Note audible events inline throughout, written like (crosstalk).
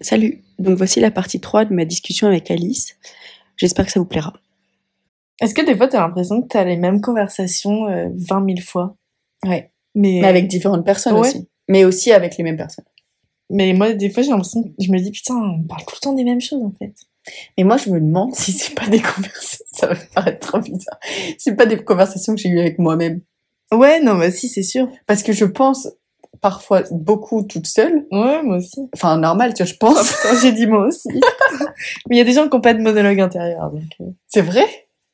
Salut, donc voici la partie 3 de ma discussion avec Alice. J'espère que ça vous plaira. Est-ce que des fois, t'as l'impression que t'as les mêmes conversations euh, 20 000 fois Ouais. Mais, Mais avec différentes personnes Ouais. aussi. Mais aussi avec les mêmes personnes. mais moi, des fois, j'ai l'impression que je me dis, putain, on parle tout le temps des mêmes choses, en fait. Mais moi, je me demande (laughs) si c'est pas des conversations. Ça va paraître trop bizarre. C'est pas des conversations que j'ai eues avec moi-même. Ouais, non, bah si, c'est sûr. Parce que je pense parfois beaucoup toute seule. Ouais, moi aussi. Enfin, normal, tu vois, je pense. (laughs) Putain, j'ai dit moi aussi. mais il y a des gens qui n'ont pas de monologue intérieur, donc... euh, C'est vrai?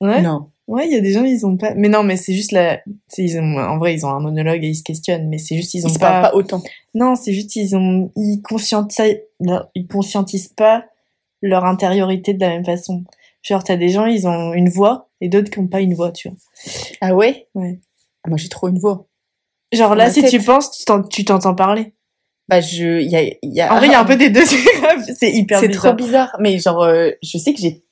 Ouais, Non. ouais, il y a des gens, ils ont pas... Mais non, mais c'est juste la... c'est- Ils ont... En vrai, ils ont un monologue et ils se questionnent, mais c'est juste, ils Ils ont se pas... parlent pas autant. Non, c'est juste, ils ont... Ils conscientisent... Ils conscientisent pas leur intériorité de la même façon. Genre, t'as des gens, ils ont une voix, et d'autres qui n'ont pas une voix, tu vois. Ah ouais? Ouais. Ah, moi, j'ai trop une voix. Genre Dans là, ma si tête. tu penses, tu t'en- tu t'entends parler. Bah, je, il y a, il y a... En vrai, il y a un peu des deux. (laughs) c'est grave, c'est hyper Ah. C'est trop bizarre. bizarre, mais genre, euh, je sais que j'ai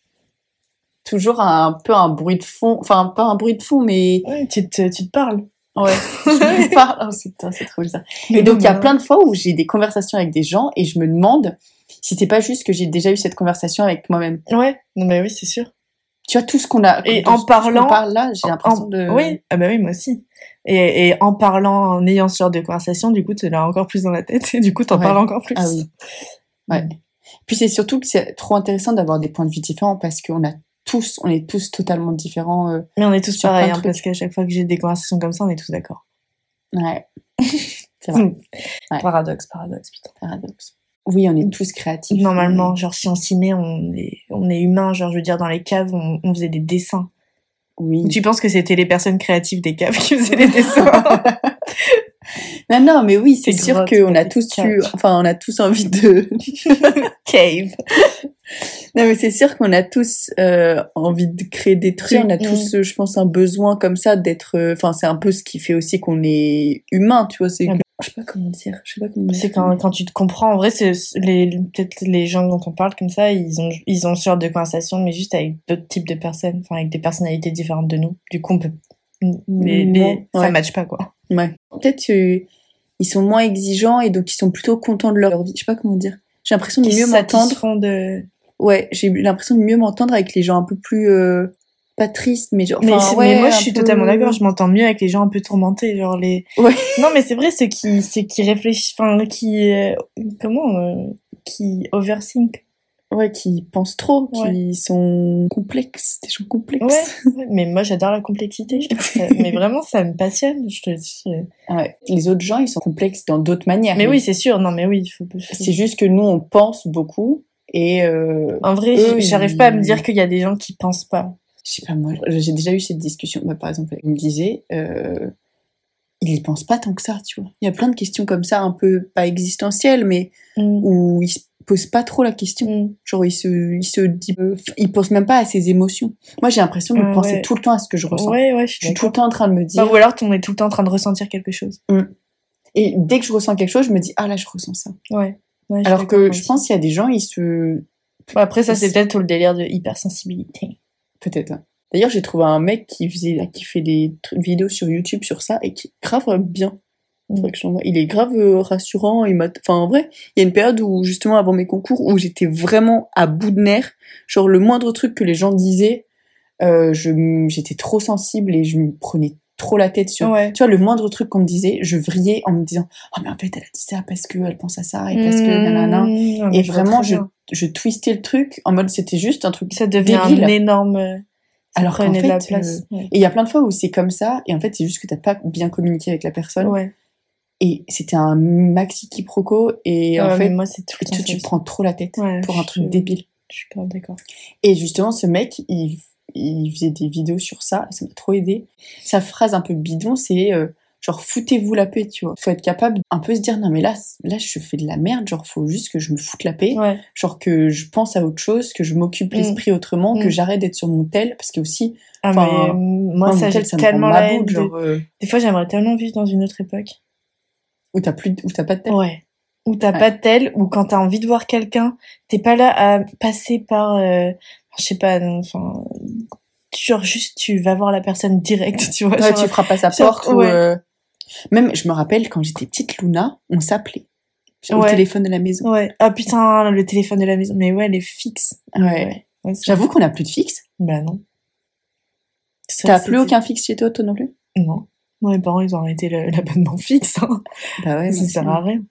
toujours un peu un bruit de fond, enfin pas un bruit de fond, mais Ouais, tu, te, tu te parles. ouais, (laughs) (laughs) je me parle. Oh, c'est- putain, c'est trop bizarre. Et donc il y a plein de fois où j'ai des conversations avec des gens et je me demande si c'est pas juste que j'ai déjà eu cette conversation avec moi-même. Ouais, non mais oui, c'est sûr. Tu vois tout ce qu'on a Et tout en ce qu'on parlant- parle là, j'ai l'impression En- de Oui, ah bah oui, moi aussi. Et, et en parlant, en ayant ce genre de conversation, du coup, tu l'as encore plus dans la tête, (laughs) et du coup, t'en Ouais. parles encore plus. Ah oui. Mm. Ouais. Puis c'est surtout que c'est trop intéressant d'avoir des points de vue différents parce qu'on a tous, on est tous totalement différents. euh, Mais on est tous Sur plein pareils, de hein, trucs. parce qu'à chaque fois que j'ai des conversations comme ça, on est tous d'accord. Ouais. (laughs) c'est Mm. vrai. Ouais. Paradoxe, paradoxe, putain. Paradoxe. Oui, on est tous créatifs. Normalement, genre, si on s'y met, on est, on est humain. Genre, je veux dire, dans les caves, on, on faisait des dessins. Oui. Tu penses que c'était les personnes créatives des caves qui faisaient des dessins (laughs) Non, Ah non, mais oui, c'est Des sûr grottes, qu'on a des tous caves. eu, enfin, on a tous (laughs) envie de cave. Non, mais c'est sûr qu'on a tous euh, envie de créer des trucs. On a Mm. tous, euh, je pense, un besoin comme ça d'être. euh, Enfin, c'est un peu ce qui fait aussi qu'on est humain, tu vois. C'est. Ah que- Je sais pas comment dire. Je sais pas comment. C'est dire. quand, quand tu te comprends, en vrai, c'est les, peut-être les gens dont on parle comme ça, ils ont, ils ont ce genre de conversation, mais juste avec d'autres types de personnes, enfin avec des personnalités différentes de nous. Du coup, on peut. Mais, mais Ouais. ça matche pas, quoi. Ouais. Peut-être euh, ils sont moins exigeants et donc ils sont plutôt contents de leur vie. Je sais pas comment dire. J'ai l'impression de Ils mieux se m'entendre. satisfont de. Ouais, j'ai l'impression de mieux m'entendre avec les gens un peu plus euh, pas tristes, mais genre. Mais, enfin, c'est- ouais, mais moi, un je suis peu- totalement d'accord, je m'entends mieux avec les gens un peu tourmentés, genre les. Ouais. Non, mais c'est vrai, ceux qui, ceux qui réfléchissent, enfin, qui. euh, comment euh, Qui overthink. Ouais, qui pensent trop, Ouais. qui sont complexes, des gens complexes. Ouais, ouais, mais moi, j'adore la complexité. je trouve ça- mais vraiment, ça me passionne. Je te dis. euh, Ah Ouais. Les autres gens, ils sont complexes dans d'autres manières. Mais oui, c'est sûr. Non, mais oui, il faut. faut- C'est juste que nous, on pense beaucoup et euh, En vrai, Eux, j- j'arrive pas à me ils- dire qu'il y a des gens qui pensent pas. je sais pas moi, j'ai déjà eu cette discussion. Bah, par exemple, il me disait, euh, il y pense pas tant que ça, tu vois. Il y a plein de questions comme ça, un peu pas existentielles, mais où il se pose pas trop la question. Mm. Genre, il se, il se dit, euh, il pense même pas à ses émotions. Moi, j'ai l'impression de Ah, penser ouais. tout le temps à ce que je ressens. Ouais, ouais, je Je suis suis tout d'accord. le temps en train de me dire, Bah, ou alors, on est tout le temps en train de ressentir quelque chose. Et dès que je ressens quelque chose, je me dis, ah là, je ressens ça. Ouais. Ouais, suis Alors que d'accord je pense qu'il y a des gens, ils se. aussi. Après, ça, c'est peut-être tout le délire de hypersensibilité. Peut-être. hein. D'ailleurs, j'ai trouvé un mec qui, faisait, qui fait des tr- vidéos sur YouTube sur ça et qui est grave euh, bien. Mm. Faudrait que je l'envoie. Il est grave euh, rassurant. Il m'a- enfin, en vrai, il y a une période où, justement, avant mes concours, où j'étais vraiment à bout de nerfs. Genre, le moindre truc que les gens disaient, euh, je m- j'étais trop sensible et je me prenais trop la tête sur. Ouais. Tu vois, le moindre truc qu'on me disait, je vrillais en me disant Oh, mais en fait, elle a dit ça parce qu'elle pense à ça et parce que nanana. Mmh, mais Et je vois vraiment, très je, bien. je twistais le truc en mode c'était juste un truc Ça devient débile. un énorme. Ça Alors qu'en prenait de la fait, euh, place. Ouais. Et il y a plein de fois où c'est comme ça, et en fait, c'est juste que t'as pas bien communiqué avec la personne. Ouais. Et c'était un maxi quiproquo, Ouais, et en mais fait, moi, c'est tout le temps. tu, ça tu te aussi. prends trop la tête Ouais, pour un je- truc débile. Je suis grave d'accord. Et justement, ce mec, il, il faisait des vidéos sur ça, ça m'a trop aidé. Sa phrase un peu bidon, c'est euh, genre foutez-vous la paix, tu vois. Faut être capable un peu se dire non, mais là, c- là, je fais de la merde, genre faut juste que je me foute la paix, Ouais. genre que je pense à autre chose, que je m'occupe Mm. l'esprit autrement, que Mm. j'arrête d'être sur mon tel, parce que aussi, Ah, Enfin, mais moi, moi, ça, j'ai mon tel, ça me rend tellement la haine. maboule, de- genre. euh, Des fois, j'aimerais tellement vivre dans une autre époque. où t'as plus, de- où t'as pas de tel. Ouais. Où t'as Ouais. pas de tel, ou quand t'as envie de voir quelqu'un, t'es pas là à passer par, euh, je sais pas, non, enfin, genre juste tu vas voir la personne directe, (laughs) tu vois. Ouais, genre, tu frappes à sa genre, porte ou ouais. euh, même je me rappelle quand j'étais petite Luna on s'appelait au Ouais. téléphone de la maison ouais. Ah putain, le téléphone de la maison, mais ouais, elle est fixe. ouais. Ouais, c'est- j'avoue qu'on n'a plus de fixe Bah non. Ça, t'as c'était- plus aucun fixe chez toi toi non plus Non. Non, mes parents, ils ont arrêté le- l'abonnement fixe, hein. bah (laughs) ouais Ça sert à rien.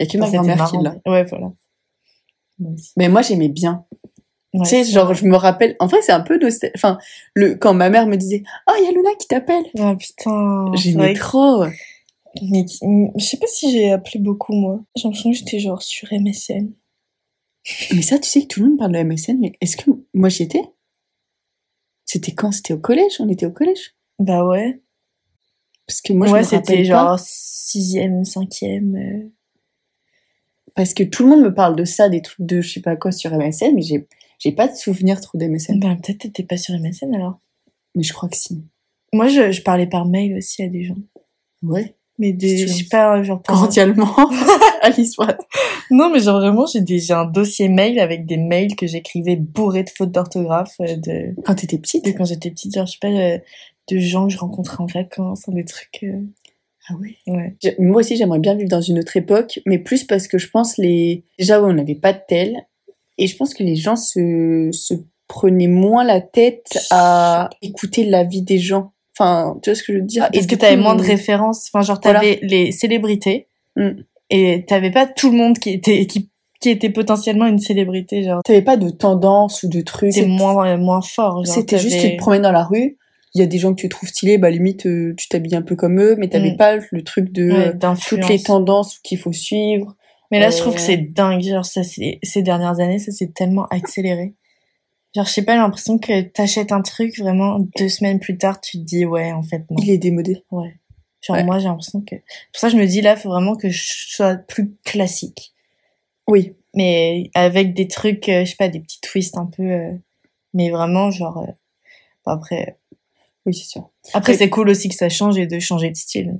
y a que ma C'était grand-mère qui marrant, l'a mais- Ouais, voilà. Moi aussi. mais moi j'aimais bien Ouais, tu sais c'est- genre je me rappelle en vrai c'est un peu nostal- enfin le quand ma mère me disait oh il y a Luna qui t'appelle Ah putain. c'est j'aimais vrai que- trop Mais qui- mm, je sais pas si j'ai appelé beaucoup, moi. J'ai l'impression que j'étais genre sur MSN. mais ça tu sais que tout le monde parle de MSN mais est-ce que moi j'y étais c'était quand c'était au collège on était au collège Bah ouais. parce que moi je ouais, me c'était rappelle pas genre 6ème, 5ème. euh. parce que tout le monde me parle de ça, des trucs de je sais pas quoi sur MSN, mais j'ai j'ai pas de souvenir trop d'MSN. Bah peut-être t'étais pas sur MSN alors. Mais je crois que si. Moi, je, je parlais par mail aussi à des gens. Ouais. Mais Si des, tu je veux. sais pas, genre... pour- Cordialement à l'histoire. Non, mais genre vraiment, j'ai des- j'ai un dossier mail avec des mails que j'écrivais bourrés de fautes d'orthographe euh, de... (laughs) Quand t'étais petite. de quand j'étais petite, genre je sais pas, euh, de gens que je rencontrais en vacances, hein, des trucs... euh, Ah ouais. Ouais. Moi aussi j'aimerais bien vivre dans une autre époque, mais plus parce que je pense les. Déjà ouais, on n'avait pas de tel, et je pense que les gens se, se prenaient moins la tête à écouter la vie des gens. Enfin, tu vois ce que je veux dire Ah, Parce Et que du t'avais coup, moins de on- références. Enfin, genre, t'avais les célébrités Mm. et t'avais pas tout le monde qui était, qui, qui était potentiellement une célébrité. Genre, T'avais pas de tendance ou de trucs. c'était moins, moins fort. genre, C'était juste, tu t'avais- te promènes dans la rue, il y a des gens que tu trouves stylés, bah limite, euh, tu t'habilles un peu comme eux, mais t'avais Mm. pas le truc de Ouais, euh, d'influence. toutes les tendances qu'il faut suivre. Mais là, je trouve Euh. que c'est dingue. Genre, ça, c'est- ces dernières années, ça s'est tellement accéléré. Genre, je sais pas, j'ai l'impression que t'achètes un truc, vraiment, deux semaines plus tard, tu te dis, ouais, en fait, non. Il est démodé. Ouais. Genre, Ouais. moi, j'ai l'impression que. Pour ça, je me dis, là, faut vraiment que je sois plus classique. Oui. mais avec des trucs, euh, je sais pas, des petits twists un peu, euh, mais vraiment genre. euh, bon, après, Oui, c'est sûr. après Et- c'est cool aussi que ça change et de changer de style.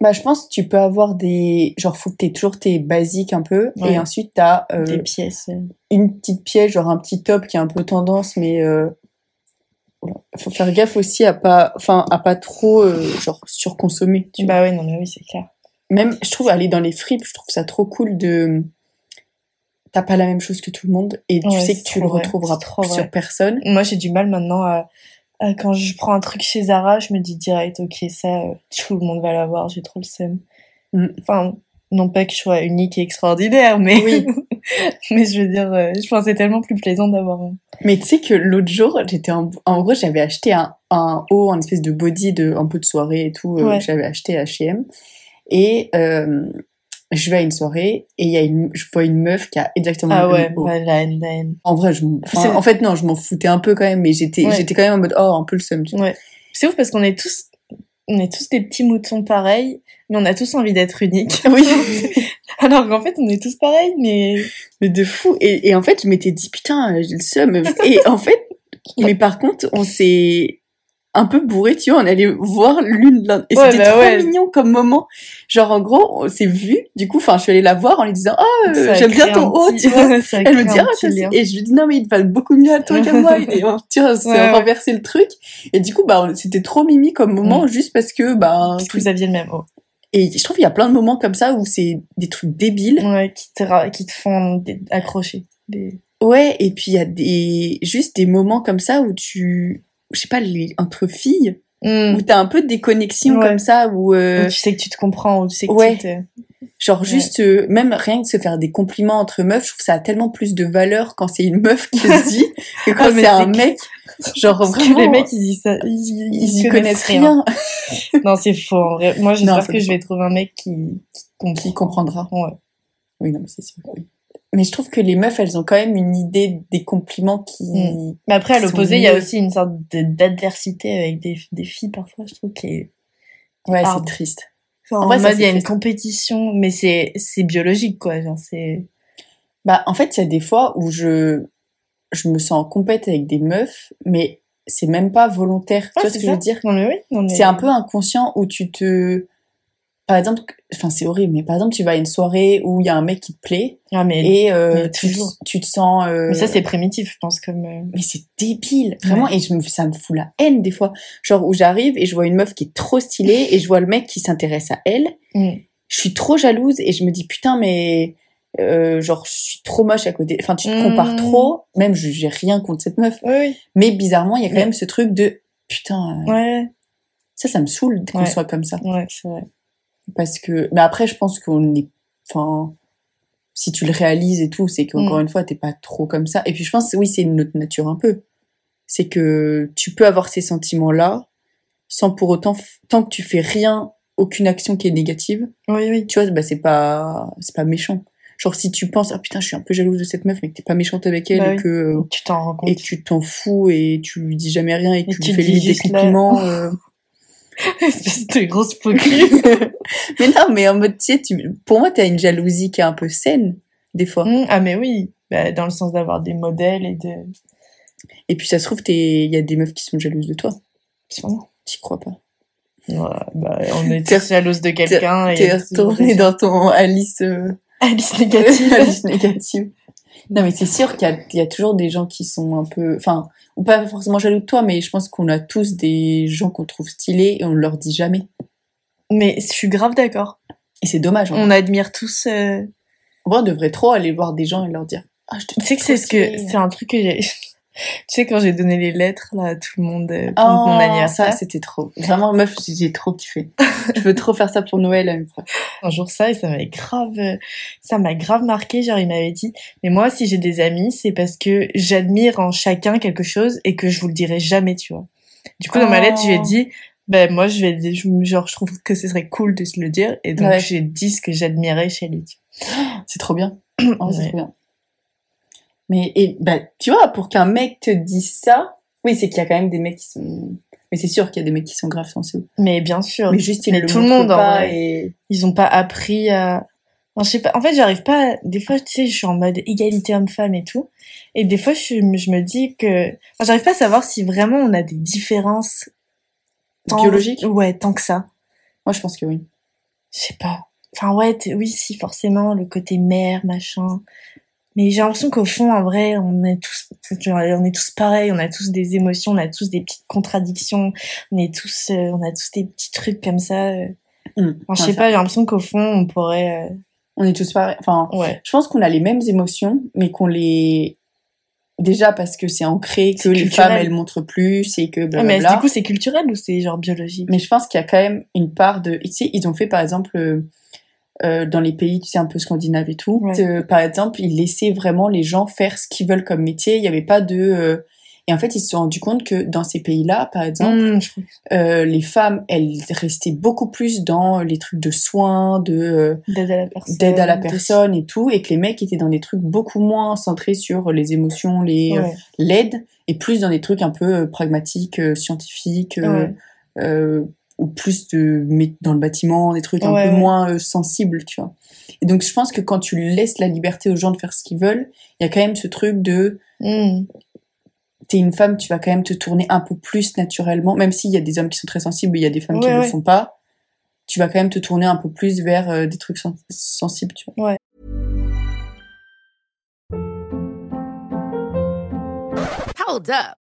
Bah, je pense que tu peux avoir des. Genre, faut que t'aies toujours tes basiques un peu, Ouais. et ensuite t'as euh, Des pièces. euh. une petite pièce, genre un petit top qui est un peu tendance, mais. euh, oula. Faut faire gaffe aussi à pas, enfin, à pas trop, euh, genre, surconsommer. Tu Bah ouais, non mais oui, c'est clair. même je trouve aller dans les fripes je trouve ça trop cool de t'as pas la même chose que tout le monde et tu Ouais, sais que c'est tu le trop vrai, retrouveras c'est trop sur vrai. personne Moi, j'ai du mal maintenant à, à- quand je prends un truc chez Zara, je me dis direct, ok, ça, euh, tout le monde va l'avoir, j'ai trop le seum. Mm. Enfin, non pas que je sois unique et extraordinaire, mais Oui. (laughs) mais je veux dire, euh, je pense que c'est tellement plus plaisant d'avoir un. mais tu sais que l'autre jour j'étais en, en gros j'avais acheté un, un haut un espèce de body de un peu de soirée et tout euh, Ouais. que j'avais acheté à H&M et euh, je vais à une soirée et il y a une je vois une meuf qui a exactement Ah le ouais, même haut. bah, la haine, la haine. en vrai je m'en- enfin, C'est- en fait non je m'en foutais un peu quand même mais j'étais Ouais. j'étais quand même en mode oh un peu le seum tu vois. Ouais. C'est ouf parce qu'on est tous, on est tous des petits moutons pareils, mais on a tous envie d'être uniques. oui (laughs) Alors qu'en fait, on est tous pareils, mais Mais de fou. Et, et en fait, je m'étais dit, putain, euh, j'ai le seum. Et en fait, mais par contre, on s'est. un peu bourré, tu vois, on allait voir l'une l'autre. Et Ouais, c'était bah trop ouais. mignon comme moment. Genre, en gros, on s'est vu. Du coup, enfin, je suis allée la voir en lui disant, oh, euh, j'aime bien ton haut, (laughs) tu vois. Elle me dit, ah, ça, c'est- et je lui dis, non, mais il te va beaucoup mieux à toi qu'à moi. Et on, tu vois, on (laughs) s'est Ouais, ouais. renversé le truc. Et du coup, bah, on- c'était trop mimi comme moment, juste parce que, bah, Mm. Parce que vous aviez le même haut. et je trouve qu'il y a plein de moments comme ça où c'est des trucs débiles. Ouais, qui te, ra- qui te font des- accrocher. Des... Ouais, et puis il y a des juste des moments comme ça où tu je sais pas les entre filles où t'as un peu des connexions Mm. Ouais. comme ça où Mm. euh, Où tu sais que tu te comprends, où tu sais que ouais. tu te... genre juste euh, même rien que se faire des compliments entre meufs, je trouve que ça a tellement plus de valeur quand c'est une meuf qui le dit que (laughs) quand Ah, mais c'est un c'est mec genre Parce vraiment euh. que les mecs, ils y, sa- ils, ils, y connaissent rien, Non, c'est faux. En vrai. Moi, Non, j'espère ça que je dépend. vais trouver un mec qui, qui comprend. qui comprendra. Ouais. Oui, non mais c'est sûr. oui. Mais je trouve que les meufs, elles ont quand même une idée des compliments qui Mm. Mais après, à Qui sont l'opposé, il y a mieux. aussi une sorte de- d'adversité avec des, des filles parfois, je trouve. Qui est... ouais, Ah. c'est triste. en vrai, ça, mode, il y a une c'est triste. compétition, mais c'est c'est biologique, quoi. Genre, c'est. Bah, en fait, il y a des fois où je, je me sens en compète avec des meufs, mais c'est même pas volontaire. tu vois ce que je veux dire Non, mais oui. non, mais- C'est un peu inconscient où tu te. Par exemple, enfin, c'est horrible, mais par exemple, tu vas à une soirée où il y a un mec qui te plaît Ah, mais... et euh, mais tu, te- toujours. tu te sens. euh, mais ça, c'est primitif, je pense, comme. euh, mais c'est débile, vraiment, et je me, ça me fout la haine des fois. Genre où j'arrive et je vois une meuf qui est trop stylée et je vois le mec qui s'intéresse à elle. Mm. Je suis trop jalouse et je me dis putain, mais euh, genre je suis trop moche à côté. Enfin, tu te compares Mm. trop, même je j'ai rien contre cette meuf. Oui, oui. Mais bizarrement, il y a quand Mais- même ce truc de putain, euh, Ouais, ça, ça me saoule qu'on Ouais. soit comme ça. ouais, c'est vrai. Parce que, mais après, je pense qu'on est, enfin, si tu le réalises et tout, c'est qu'encore Mm. une fois, t'es pas trop comme ça. Et puis, je pense, oui, c'est notre nature un peu. C'est que tu peux avoir ces sentiments-là, sans pour autant, f- tant que tu fais rien, aucune action qui est négative, Oui, oui. tu vois, bah, c'est pas, c'est pas méchant. Genre, si tu penses, ah putain, je suis un peu jalouse de cette meuf, mais que t'es pas méchante avec elle, Bah et oui. que, euh, Tu t'en rends compte. et que tu t'en fous, et tu lui dis jamais rien, et que Et tu tu lui fais dis limite des juste là- (laughs) compliments, euh, (laughs) Espèce de grosse (laughs) focus. mais non, mais en mode, tu sais, tu- pour moi, t'as une jalousie qui est un peu saine, des fois. ah, mais oui. Bah, dans le sens d'avoir des modèles et de. Et puis, ça se trouve, t'es- il y a des meufs qui sont jalouses de toi. Sûrement. T'y crois pas. Ouais, bah, on est T'es- tous jalouse de quelqu'un. et T'es toujours (laughs) retournée des- dans ton Alice, euh, Alice (laughs) négative. Alice négative. Non, mais c'est sûr qu'il y, a- il y a toujours des gens qui sont un peu. Enfin, ou pas forcément jaloux de toi, mais je pense qu'on a tous des gens qu'on trouve stylés et on leur dit jamais. Mais je suis grave d'accord. Et c'est dommage. En On admire tous. euh, vrai, on devrait trop aller voir des gens et leur dire Ah, je te Tu sais que trouve c'est ce que stylée. c'est un truc que j'ai. (laughs) tu sais quand j'ai donné les lettres là à tout le monde euh, pour Oh, mon ça, anniversaire. c'était trop. Vraiment, meuf, j'ai- j'ai (laughs) trop kiffé. je veux trop faire ça pour Noël. une fois. un jour ça et ça m'avait grave euh, ça m'a grave marqué genre il m'avait dit mais moi si j'ai des amis c'est parce que j'admire en chacun quelque chose et que je vous le dirai jamais tu vois du coup dans ma lettre je lui ai Oh. dit ben moi je vais je- genre je trouve que ce serait cool de se le dire et donc Ouais. j'ai dit ce que j'admirais chez lui tu C'est trop bien. En vrai, c'est Ouais. trop bien. Mais et, bah, tu vois, pour qu'un mec te dise ça, oui, c'est qu'il y a quand même des mecs qui sont. Mais c'est sûr qu'il y a des mecs qui sont graves sensibles. vois. mais bien sûr Mais juste, ils Mais le tout le montrent monde, en pas vrai. et. ils ont pas appris à non, je sais pas en fait j'arrive pas à- des fois tu sais je suis en mode égalité homme-femme et tout et des fois je, suis- je me dis que enfin, j'arrive pas à savoir si vraiment on a des différences tant- Biologiques ouais tant que ça Moi, je pense que oui. je sais pas enfin ouais t'es- oui si forcément le côté mère machin mais j'ai l'impression qu'au fond en vrai on est tous genre, on est tous pareils on a tous des émotions on a tous des petites contradictions on est tous euh, on a tous des petits trucs comme ça euh. Hum. Enfin, je Ouais, sais ça- pas j'ai l'impression qu'au fond on pourrait On est tous pareils. Enfin, euh, ouais je pense qu'on a les mêmes émotions, mais qu'on les. Déjà parce que c'est ancré, que C'est les culturel. femmes, elles montrent plus, et que. Ah, mais blablabla. du coup, c'est culturel ou c'est genre biologique Mais je pense qu'il y a quand même une part de. Tu sais, ils ont fait par exemple euh, euh, dans les pays, tu sais, un peu scandinaves et tout. Ouais. euh, par exemple, ils laissaient vraiment les gens faire ce qu'ils veulent comme métier. Il n'y avait pas de. euh, Et en fait, ils se sont rendus compte que dans ces pays-là, par exemple, Mmh, je trouve- euh, les femmes, elles restaient beaucoup plus dans les trucs de soins, de euh, D'aide à la personne. d'aide à la de- personne et tout, et que les mecs étaient dans des trucs beaucoup moins centrés sur les émotions, les euh, Ouais. l'aide, et plus dans des trucs un peu euh, pragmatiques, euh, scientifiques. euh, Ouais. euh, ou plus de mais dans le bâtiment, des trucs un Ouais, peu ouais. moins euh, sensibles, tu vois. Et donc je pense que quand tu laisses la liberté aux gens de faire ce qu'ils veulent, il y a quand même ce truc de Mmh. t'es une femme, tu vas quand même te tourner un peu plus naturellement, même s'il y a des hommes qui sont très sensibles, il y a des femmes qui Ouais, ne le ouais. sont pas, tu vas quand même te tourner un peu plus vers euh, des trucs sen- sensibles, tu vois. Hold up.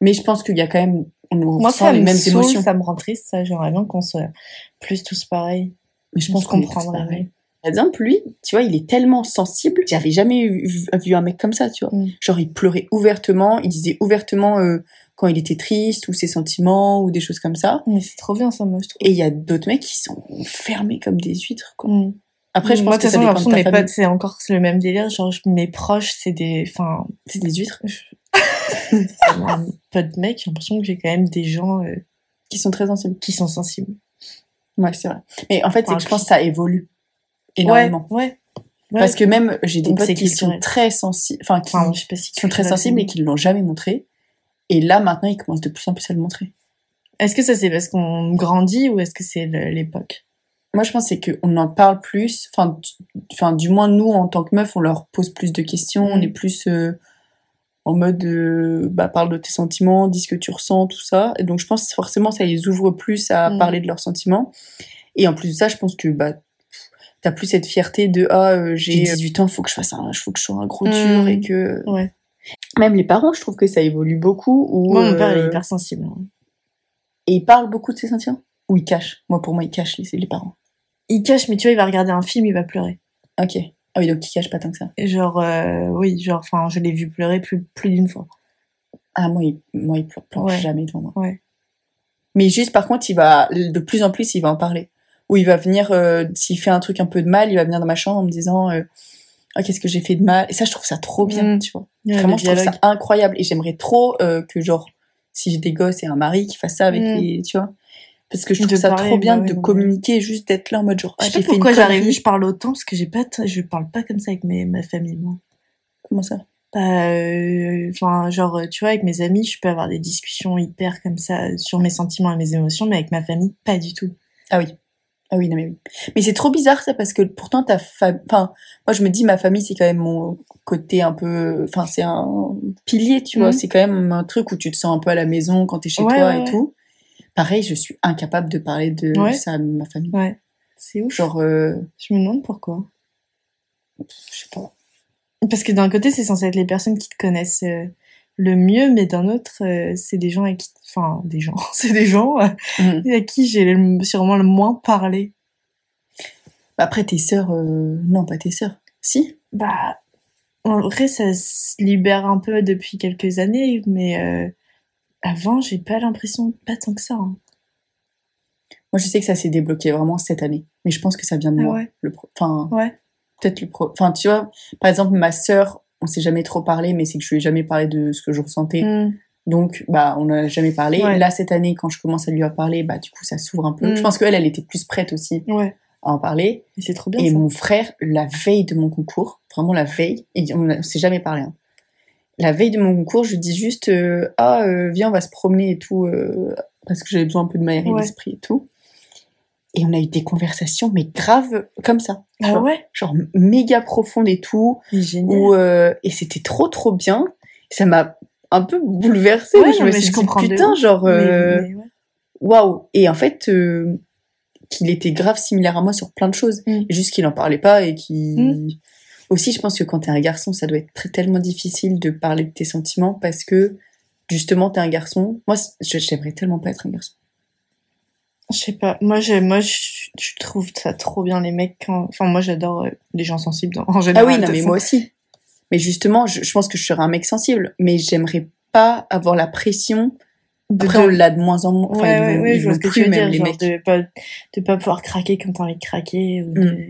Mais je pense qu'il y a quand même, on Moi, ressent ça les me mêmes saoule, émotions. ça me rend triste, ça. J'aimerais bien qu'on soit plus tous pareils. Mais je On pense se qu'on est tous comprendrait, pareils. ouais. Par exemple, lui, tu vois, il est tellement sensible, j'avais jamais vu, vu un mec comme ça, tu vois. Mm. Genre, il pleurait ouvertement, il disait ouvertement euh, quand il était triste ou ses sentiments ou des choses comme ça. Mais c'est trop bien, ça, moi, je trouve. Et il y a d'autres mecs qui sont fermés comme des huîtres, quoi. Mm. Après, je pense moi, de que toute façon, ça j'ai dépend l'impression de que ta mes famille. potes, c'est encore le même délire. Genre, je- mes proches, c'est des. Enfin, C'est des (laughs) huîtres c'est un pote mec, j'ai l'impression que j'ai quand même des gens euh, qui sont très sensibles. qui sont sensibles. Ouais, c'est vrai. Mais en fait, c'est Enfin, que je pense que ça évolue énormément. Ouais, ouais. ouais. Parce que même, j'ai des Donc, potes c'est qui sont culturel. très sensibles, enfin, qui Enfin, je sais pas si qui sont très sensibles et qui ne l'ont jamais montré. Et là, maintenant, ils commencent de plus en plus à le montrer. Est-ce que ça, c'est parce qu'on grandit ou est-ce que c'est le- l'époque Moi, je pense que c'est qu'on en parle plus. Enfin, tu- enfin, du moins, nous, en tant que meufs, on leur pose plus de questions. On Mm. est plus euh, en mode, euh, bah, parle de tes sentiments, dis ce que tu ressens, tout ça. Et donc, je pense que forcément, ça les ouvre plus à Mm. parler de leurs sentiments. Et en plus de ça, je pense que bah, t'as plus cette fierté de ah, euh, j'ai 18 ans, faut que je fasse un, faut que je sois un gros Mm. dur et que. Ouais. Même les parents, je trouve que ça évolue beaucoup. Ou, Moi, mon père, il est euh, hyper sensible. hein. Et il parle beaucoup de ses sentiments. Ou il cache. Moi, pour moi, il cache les, les parents. Il cache, mais tu vois, il va regarder un film, il va pleurer. Ok. Ah oui, donc il cache pas tant que ça. Et Genre, euh, oui, genre, enfin, je l'ai vu pleurer plus, plus d'une fois. Ah, moi, il, moi, il pleure, pleure Ouais. jamais devant moi. Ouais. Mais juste, par contre, il va, de plus en plus, il va en parler. Ou il va venir, euh, s'il fait un truc un peu de mal, il va venir dans ma chambre en me disant, euh, ah, qu'est-ce que j'ai fait de mal. Et ça, je trouve ça trop bien, Mm. tu vois. Il y a Vraiment, le je trouve dialogue. ça incroyable. Et j'aimerais trop euh, que, genre, si j'ai des gosses et un mari, qui fasse ça avec Mm. les, tu vois. Parce que je De trouve ça parler, trop bien bah ouais, de non, mais- communiquer, juste d'être là en mode genre, ah, Je sais j'ai pas fait une pourquoi j'arrive, connerie. je parle autant, parce que j'ai pas, t- je parle pas comme ça avec mes, ma famille, moi. Comment ça Bah, euh, enfin, genre, tu vois, avec mes amis, je peux avoir des discussions hyper comme ça sur mes sentiments et mes émotions, mais avec ma famille, pas du tout. Ah oui. Ah oui, non, mais oui. Mais c'est trop bizarre, ça, parce que pourtant, ta famille. Enfin, moi, je me dis, ma famille, c'est quand même mon côté un peu. Enfin, c'est un pilier, tu vois. Mhm. C'est quand même un truc où tu te sens un peu à la maison quand t'es chez Ouais, toi ouais, et ouais. tout. Pareil, je suis incapable de parler de Ouais. ça à ma famille. Ouais. C'est ouf. Genre, euh, Je me demande pourquoi. je sais pas. Parce que d'un côté, c'est censé être les personnes qui te connaissent euh, le mieux, mais d'un autre, euh, c'est des gens à qui, enfin, des gens, (laughs) c'est des gens euh, Mhm. à qui j'ai le- sûrement le moins parlé. Après, tes sœurs. euh, Non, pas tes sœurs. Si Bah, en vrai, ça se libère un peu depuis quelques années, mais euh, avant, j'ai pas l'impression, pas tant que ça. hein. Moi, je sais que ça s'est débloqué vraiment cette année. Mais je pense que ça vient de Ah moi. ouais. Le pro- Enfin, Ouais. peut-être le pro. Enfin, tu vois, par exemple, ma sœur, on s'est jamais trop parlé, mais c'est que je lui ai jamais parlé de ce que je ressentais. Mm. Donc, bah, on n'a jamais parlé. Ouais. Là, cette année, quand je commence à lui en parler, bah, du coup, ça s'ouvre un peu. Mm. Je pense qu'elle, elle était plus prête aussi Ouais. à en parler. Mais c'est trop bien et ça. mon frère, la veille de mon concours, vraiment la veille, et on ne s'est jamais parlé. hein. La veille de mon concours, je lui dis juste euh, Ah, euh, viens, on va se promener et tout, euh, parce que j'avais besoin un peu de m'aérer Ouais. l'esprit et tout. Et on a eu des conversations, mais graves, comme ça. tu Ah vois. ouais Genre méga profondes et tout. Mais génial. Où, euh, et c'était trop trop bien. Ça m'a un peu bouleversée. Ouais, je non, me mais suis je dit comprends de putain, ouf. genre Mais- euh, mais ouais. waouh. Et en fait, euh, qu'il était grave similaire à moi sur plein de choses. Mm. Et Juste qu'il en parlait pas et qui Mm. aussi, je pense que quand t'es un garçon, ça doit être très, tellement difficile de parler de tes sentiments parce que justement, t'es un garçon. Moi, c- je- j'aimerais tellement pas être un garçon. Je sais pas. Moi, je, moi, je, je trouve ça trop bien les mecs. Quand... Enfin, moi, j'adore euh, les gens sensibles dans- en Ah général. oui, de non, toute mais façon. moi aussi. Mais justement, je, je pense que je serais un mec sensible, mais j'aimerais pas avoir la pression. De- Après, de- on l'a de moins en moins. Enfin, ouais, ils ouais, l'ont- ouais, ils je vois l'ont ce que plus, tu veux dire, même les genre mecs. Mm. de pas de pas pouvoir craquer quand t'as envie de craquer. Ou de,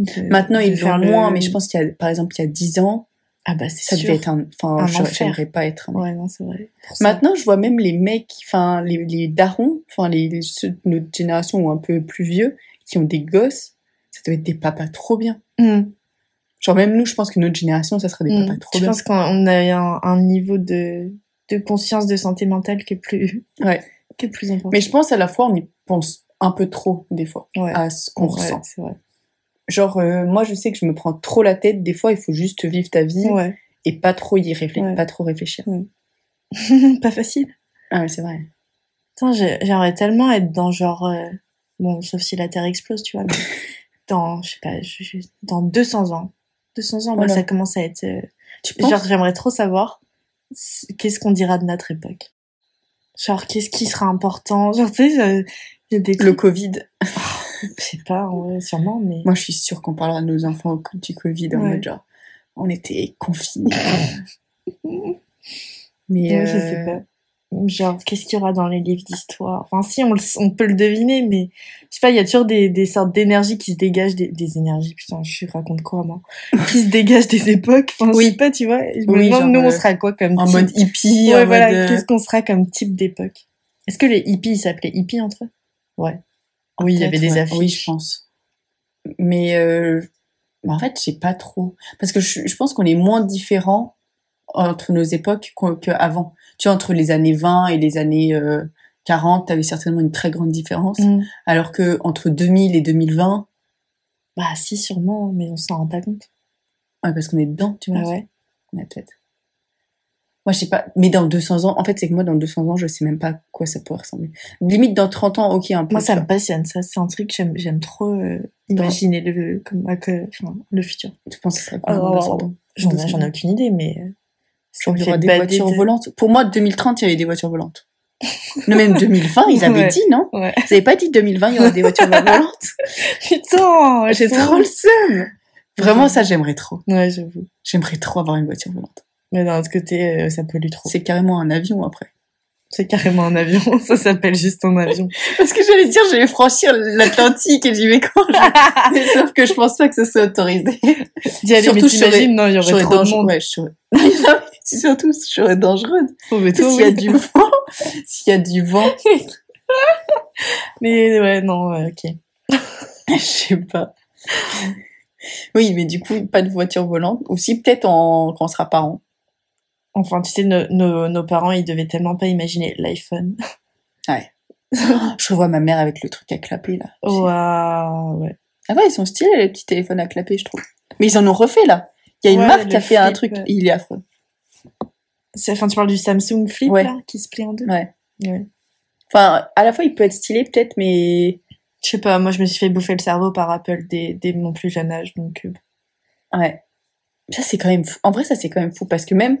de- Maintenant, de ils faire l'ont le- moins, mais je pense qu'il y a, par exemple, il y a 10 ans, ah bah c'est ça sûr. devait être un. Enfin, Un je- enfer. j'aimerais pas être un mec. Ouais, non, c'est vrai. Pour ça. Maintenant, je vois même les mecs, enfin, les, les darons, enfin, les, les- ceux de notre génération ou un peu plus vieux, qui ont des gosses, ça doit être des papas trop bien. Mm. Genre, même nous, je pense que notre génération, ça serait des Mm. papas trop Je bien. pense qu'on a un, un niveau de, de conscience de santé mentale qui est plus, Ouais. qui est plus important. Mais je pense à la fois, on y pense un peu trop, des fois, Ouais. à ce qu'on Ouais, ressent. C'est vrai. Genre, euh, moi, je sais que je me prends trop la tête, des fois, il faut juste vivre ta vie Ouais. (laughs) et pas trop y réfléchir, Ouais. pas trop réfléchir. Pas facile. Ah, ouais, c'est vrai. Putain, j'ai- j'aimerais tellement être dans genre. euh, Bon, sauf si la Terre explose, tu vois. (laughs) mais dans, je sais pas, je- je- dans 200 ans. 200 ans, moi, Voilà. ça commence à être. euh, Tu penses Genre, j'aimerais trop savoir c- qu'est-ce qu'on dira de notre époque. Genre, qu'est-ce qui sera important Genre, tu sais, je- j'ai des Le trucs, Covid. (laughs) je sais pas, en vrai, sûrement, mais. Moi, je suis sûre qu'on parlera de nos enfants au- du Covid en Ouais. mode genre, on était (laughs) confinés. Mais Ouais, je sais euh, pas. Genre, qu'est-ce qu'il y aura dans les livres d'histoire Enfin, si, on, le- on peut le deviner, mais je sais pas, il y a toujours des, des sortes d'énergie qui se dégagent, des, des énergies, putain, je raconte quoi, (laughs) moi Qui se dégagent des époques, enfin, je Oui. sais pas, tu vois. Je me Oui, demande, genre, nous, euh, on sera quoi comme En type mode hippie, Ouais, en voilà, mode. euh, qu'est-ce qu'on sera comme type d'époque Est-ce que les hippies, ils s'appelaient hippies entre eux Oui, il y avait Peut-être, des ouais. affiches. Oui, je pense. Mais euh, bah, en fait, je sais pas trop. Parce que je, je pense qu'on est moins différents entre nos époques qu'au- qu'avant. Tu vois, entre les années 20 et les années euh, 40, t'avais certainement une très grande différence. Alors que entre 2000 et 2020, Bah, si, sûrement, mais on s'en rend pas compte. ouais, parce qu'on est dedans, tu vois. Ah ouais Ouais, peut-être. Moi, je sais pas. Mais dans 200 ans, en fait, c'est que moi, dans 200 ans, je sais même pas à quoi ça pourrait ressembler. Limite, dans 30 ans, ok, un peu. Moi, ça tu me passionne, ça. C'est un truc, que j'aime j'aime trop euh, Bah. imaginer le, comme, à que- enfin, le futur. vois. Tu penses que ça serait Oh, pas dans oh, 200 oh. ans J'en Dans ai, j'en ai 200 ans. aucune idée, mais. euh, ça Genre, me il y fait aura des bader voitures de- volantes. Pour moi, 2030, il y avait des voitures (laughs) volantes. Non, même 2020, ils avaient Ouais. dit, non Ouais. Vous avez pas dit 2020, il y aura des voitures volantes (laughs) Putain J'ai putain. trop le seum Vraiment, ça, j'aimerais trop. Ouais, j'avoue. J'aimerais trop avoir une voiture volante. Mais d'un autre côté, euh, ça pollue trop. C'est carrément un avion, après. C'est carrément un avion. (laughs) Ça s'appelle juste un avion. (laughs) Parce que j'allais dire, j'allais franchir l'Atlantique et j'y vais quand (laughs) je- Mais Sauf que je pense pas que ça soit autorisé. D'y aller, mais Surtout, je serais- t'imagines, non, il y Je aurait serais trop de dangereuse. monde. Ouais, je serais- Non, mais c'est surtout, je serais dangereuse. Oh, mais toi, S'il y a oui. du vent, s'il y a du vent, (laughs) Mais ouais, non, ouais, ok. (laughs) je sais pas. Oui, mais du coup, pas de voiture volante. Ou si, peut-être en... quand on sera parents. Enfin, tu sais, nos, nos, nos parents, ils devaient tellement pas imaginer (laughs) l'iPhone. Je revois ma mère avec le truc à clapper, là. Waouh, ouais. Ah ouais, ils sont stylés, les petits téléphones à clapper, je trouve. Mais ils en ont refait, là. Il y a une Ouais, marque le qui a fait un flip, truc, ouais. il est affreux. C'est- Enfin, tu parles du Samsung Flip, Ouais. là, qui se plie en deux. Ouais. Ouais. Enfin, à la fois, il peut être stylé, peut-être, mais... Je sais pas, moi, je me suis fait bouffer le cerveau par Apple dès, dès mon plus jeune âge, donc... euh, Ouais. Ça, c'est quand même fou. En vrai, ça, c'est quand même fou. Parce que même,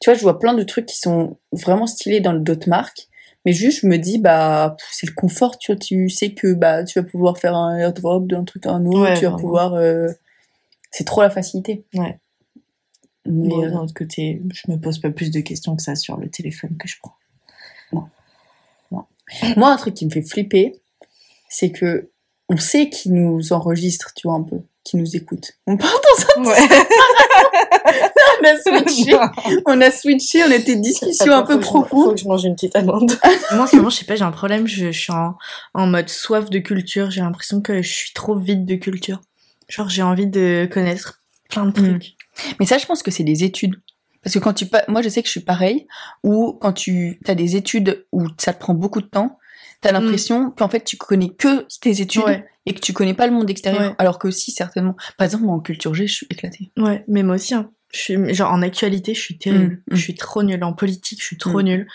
tu vois, je vois plein de trucs qui sont vraiment stylés dans d'autres marques. Mais juste, je me dis, bah, pff, c'est le confort, tu vois. Tu sais que, bah, tu vas pouvoir faire un airdrop d'un truc à un autre. Ouais, tu vas vraiment. pouvoir. euh, C'est trop la facilité. Ouais. Mais, Bon, euh, d'un autre côté, je me pose pas plus de questions que ça sur le téléphone que je (laughs) prends. Moi, un truc qui me fait flipper, c'est que on sait qu'ils nous enregistrent, tu vois, un peu, qu'ils nous écoutent. On part dans un on a switché, on a switché, on était discussion un peu profonde. que je mange une petite amande. (laughs) Moi, en ce moment, je sais pas, j'ai un problème. Je, je suis en, en mode soif de culture. J'ai l'impression que je suis trop vide de culture. Genre, j'ai envie de connaître plein de trucs. Mais ça, je pense que c'est des études. Parce que quand tu pa- moi, je sais que je suis pareil, où quand tu as des études où ça te prend beaucoup de temps, t'as l'impression qu'en fait, tu connais que tes études Mm. Ouais. et que tu connais pas le monde extérieur. Ouais. Alors que si, certainement. Par exemple, moi, en culture G, je suis éclatée. Ouais, mais moi aussi. hein. Je suis, genre, en actualité, je suis terrible. Mm, mm. Je suis trop nulle. En politique, je suis trop Mm. nulle.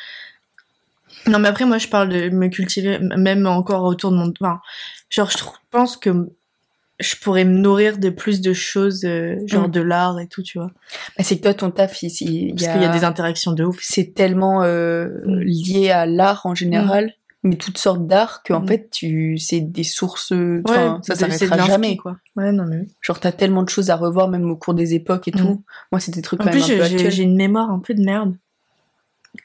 Non, mais après, moi, je parle de me cultiver, m- même encore autour de mon. Enfin, genre, je trou- pense que je pourrais me nourrir de plus de choses, euh, genre de l'art et tout, tu vois. Mais Bah, c'est que toi, ton taf, il, Mm. il y Parce a- qu'il y a des interactions de ouf. c'est tellement euh, Mm. lié à l'art en général, mais toutes sortes d'art, que en Mm. fait, tu, c'est des sources. enfin, ça de- c'est de s'arrêtera l'inspi, jamais. quoi. Ouais, non, mais oui. Genre, t'as tellement de choses à revoir, même au cours des époques et Mm. tout. Moi, c'est des trucs En quand plus, même un peu j'ai- j'ai actuels. j'ai une mémoire un peu de merde.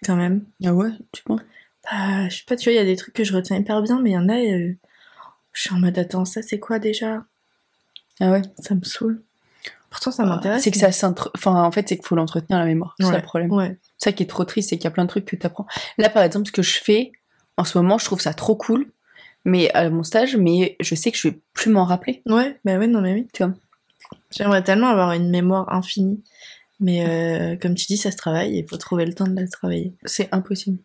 Quand même. Ah ouais, tu penses Bah, je sais pas, tu vois, il y a des trucs que je retiens hyper bien, mais il y en a, euh, je suis en mode, attends, ça c'est quoi déjà Ah ouais. Ça me saoule. Pourtant, ça m'intéresse. Bah, C'est que ça s'intre... Enfin, en fait, c'est qu'il faut l'entretenir, la mémoire. C'est ça Ouais. le problème. Ouais. ça qui est trop triste, c'est qu'il y a plein de trucs que tu apprends. Là, par exemple, ce que je fais en ce moment, je trouve ça trop cool, mais à mon stage, mais je sais que je vais plus m'en rappeler. Ouais, bah ouais, non, mais oui. Tu vois. J'aimerais tellement avoir une mémoire infinie. Mais euh, comme tu dis, ça se travaille et il faut trouver le temps de la travailler. C'est impossible.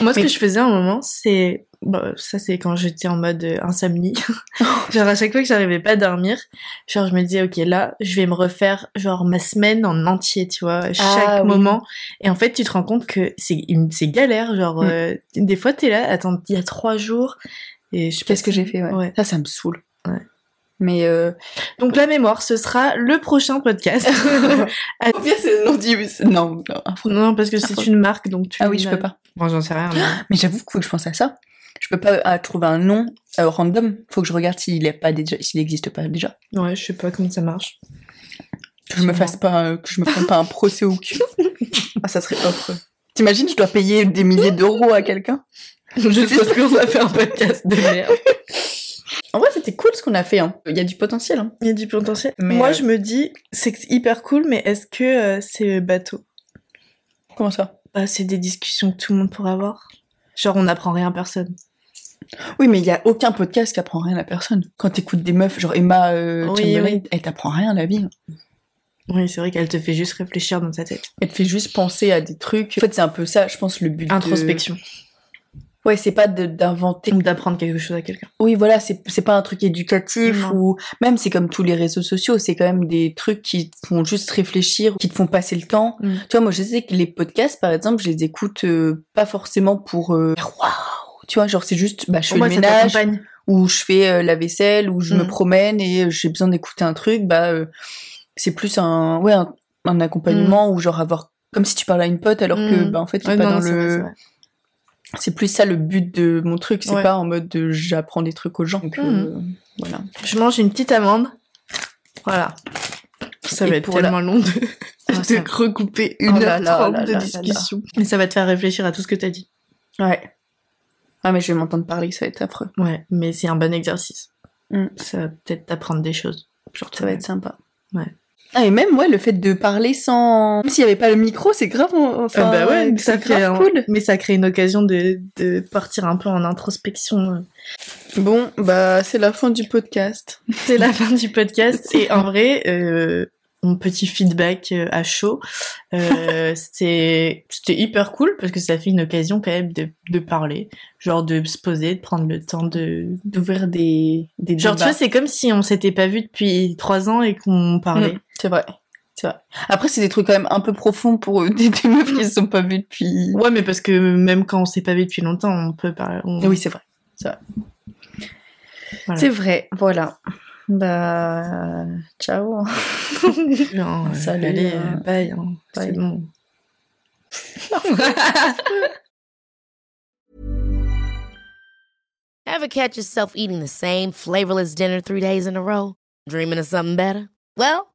Moi, ce Mais- que je faisais à un moment, c'est. bah, ça, c'est quand j'étais en mode euh, (laughs) insomnie. (laughs) genre, à chaque fois que j'arrivais pas à dormir, genre, je me disais, OK, là, je vais me refaire, genre, ma semaine en entier, tu vois, chaque Ah oui. moment. Et en fait, tu te rends compte que c'est une- c'est galère. Genre, Mm. euh, des fois, t'es là, attends, il y a trois jours. Et je sais pas Qu'est-ce que si- j'ai fait ouais. Ouais. Ça, ça me saoule. Ouais. Mais euh... Donc, la mémoire, ce sera le prochain (laughs) podcast. au pire, c'est le nom du non, non. non, parce que c'est Affreux. une marque, donc tu. Ah oui, je peux pas. Bon, j'en sais rien. (gasps) mais- Mais j'avoue que faut que je pense à ça. Je peux pas euh, à trouver un nom euh, random. Faut que je regarde s'il est pas déjà, s'il existe pas déjà. Ouais, je sais pas comment ça (laughs) marche. Que je me fasse pas, euh, que je me prenne pas un procès au cul. (laughs) ah, ça serait affreux. T'imagines, je dois payer des milliers d'euros à (laughs) quelqu'un Juste parce qu'on a fait un podcast de merde. En vrai, c'était cool ce qu'on a fait. hein. Il y a du potentiel. hein. Il y a du potentiel. Mais, Moi, euh, je me dis, c'est que c'est hyper cool, mais est-ce que euh, c'est bateau Comment ça bah, C'est des discussions que tout le monde pourra avoir. Genre, on n'apprend rien à personne. Oui, mais il y a aucun podcast qui apprend rien à personne. Quand t'écoutes des meufs, genre Emma euh, Oui, Chamberlain, oui. elle t'apprend rien à la vie. Oui, c'est vrai qu'elle te fait juste réfléchir dans ta tête. Elle te fait juste penser à des trucs. En fait, c'est un peu ça, je pense, le but. de- Introspection. Ouais, c'est pas de- d'inventer. Ou D'apprendre quelque chose à quelqu'un. Oui, voilà, c'est c'est pas un truc éducatif Non. ou même c'est comme tous les réseaux sociaux, c'est quand même des trucs qui te font juste réfléchir, qui te font passer le temps. Mm. Tu vois, moi je sais que les podcasts, par exemple, je les écoute euh, pas forcément pour euh, faire waouh. Tu vois, genre c'est juste, bah, je fais Au moins, le ça ménage, t'accompagne. où je fais euh, la vaisselle, où je me Mhm. promène et euh, j'ai besoin d'écouter un truc, bah euh, c'est plus un ouais un, un accompagnement ou genre avoir comme si tu parlais à une pote alors que Mhm. bah en fait t'es Mm. Ouais, pas non, dans c'est vrai, c'est le vrai. c'est plus ça le but de mon truc, c'est Ouais. pas en mode de j'apprends des trucs aux gens. Donc, euh, Mhm. voilà. Je mange une petite amande. (laughs) Voilà. Ça Et va être pour la- tellement long de, Ah, ça- de recouper une Oh là heure là, trente là de là là discussion. Mais ça va te faire réfléchir à tout ce que t'as dit. Ouais. Ah mais je vais m'entendre parler, ça va être affreux. Ouais, mais c'est un bon exercice. Mm. Ça va peut-être t'apprendre des choses. Genre, Ça va être sympa. Ouais. Ah et même ouais le fait de parler sans même s'il y avait pas le micro, c'est grave on- Euh, enfin bah ouais, Ah c'est ça crée grave un- cool. mais ça crée une occasion de, de partir un peu en introspection. Bon, bah c'est la fin du (laughs) podcast. C'est la fin du (laughs) podcast et en vrai, euh, mon petit feedback euh, à chaud, (laughs) euh, c'était c'était hyper cool parce que ça fait une occasion quand même de, de parler, genre de se poser, de prendre le temps de. Bah. D'ouvrir des des Genre tu débats. vois, c'est comme si on s'était pas vu depuis trois ans et qu'on parlait. Mm, c'est vrai. C'est vrai. Après, c'est des trucs quand même un peu profonds pour euh, (laughs) des, des meufs qui se sont pas vues depuis. Ouais, mais parce que même quand on s'est pas vu depuis longtemps, on peut parler. on- Oui, c'est vrai. C'est vrai. Voilà. C'est vrai, voilà. Bah, ciao. Non, euh, Salut, allez, hein. euh, bye, hein, Bye. c'est bon. Ever catch yourself eating the same flavorless dinner three days in a row? Dreaming of something better? Well,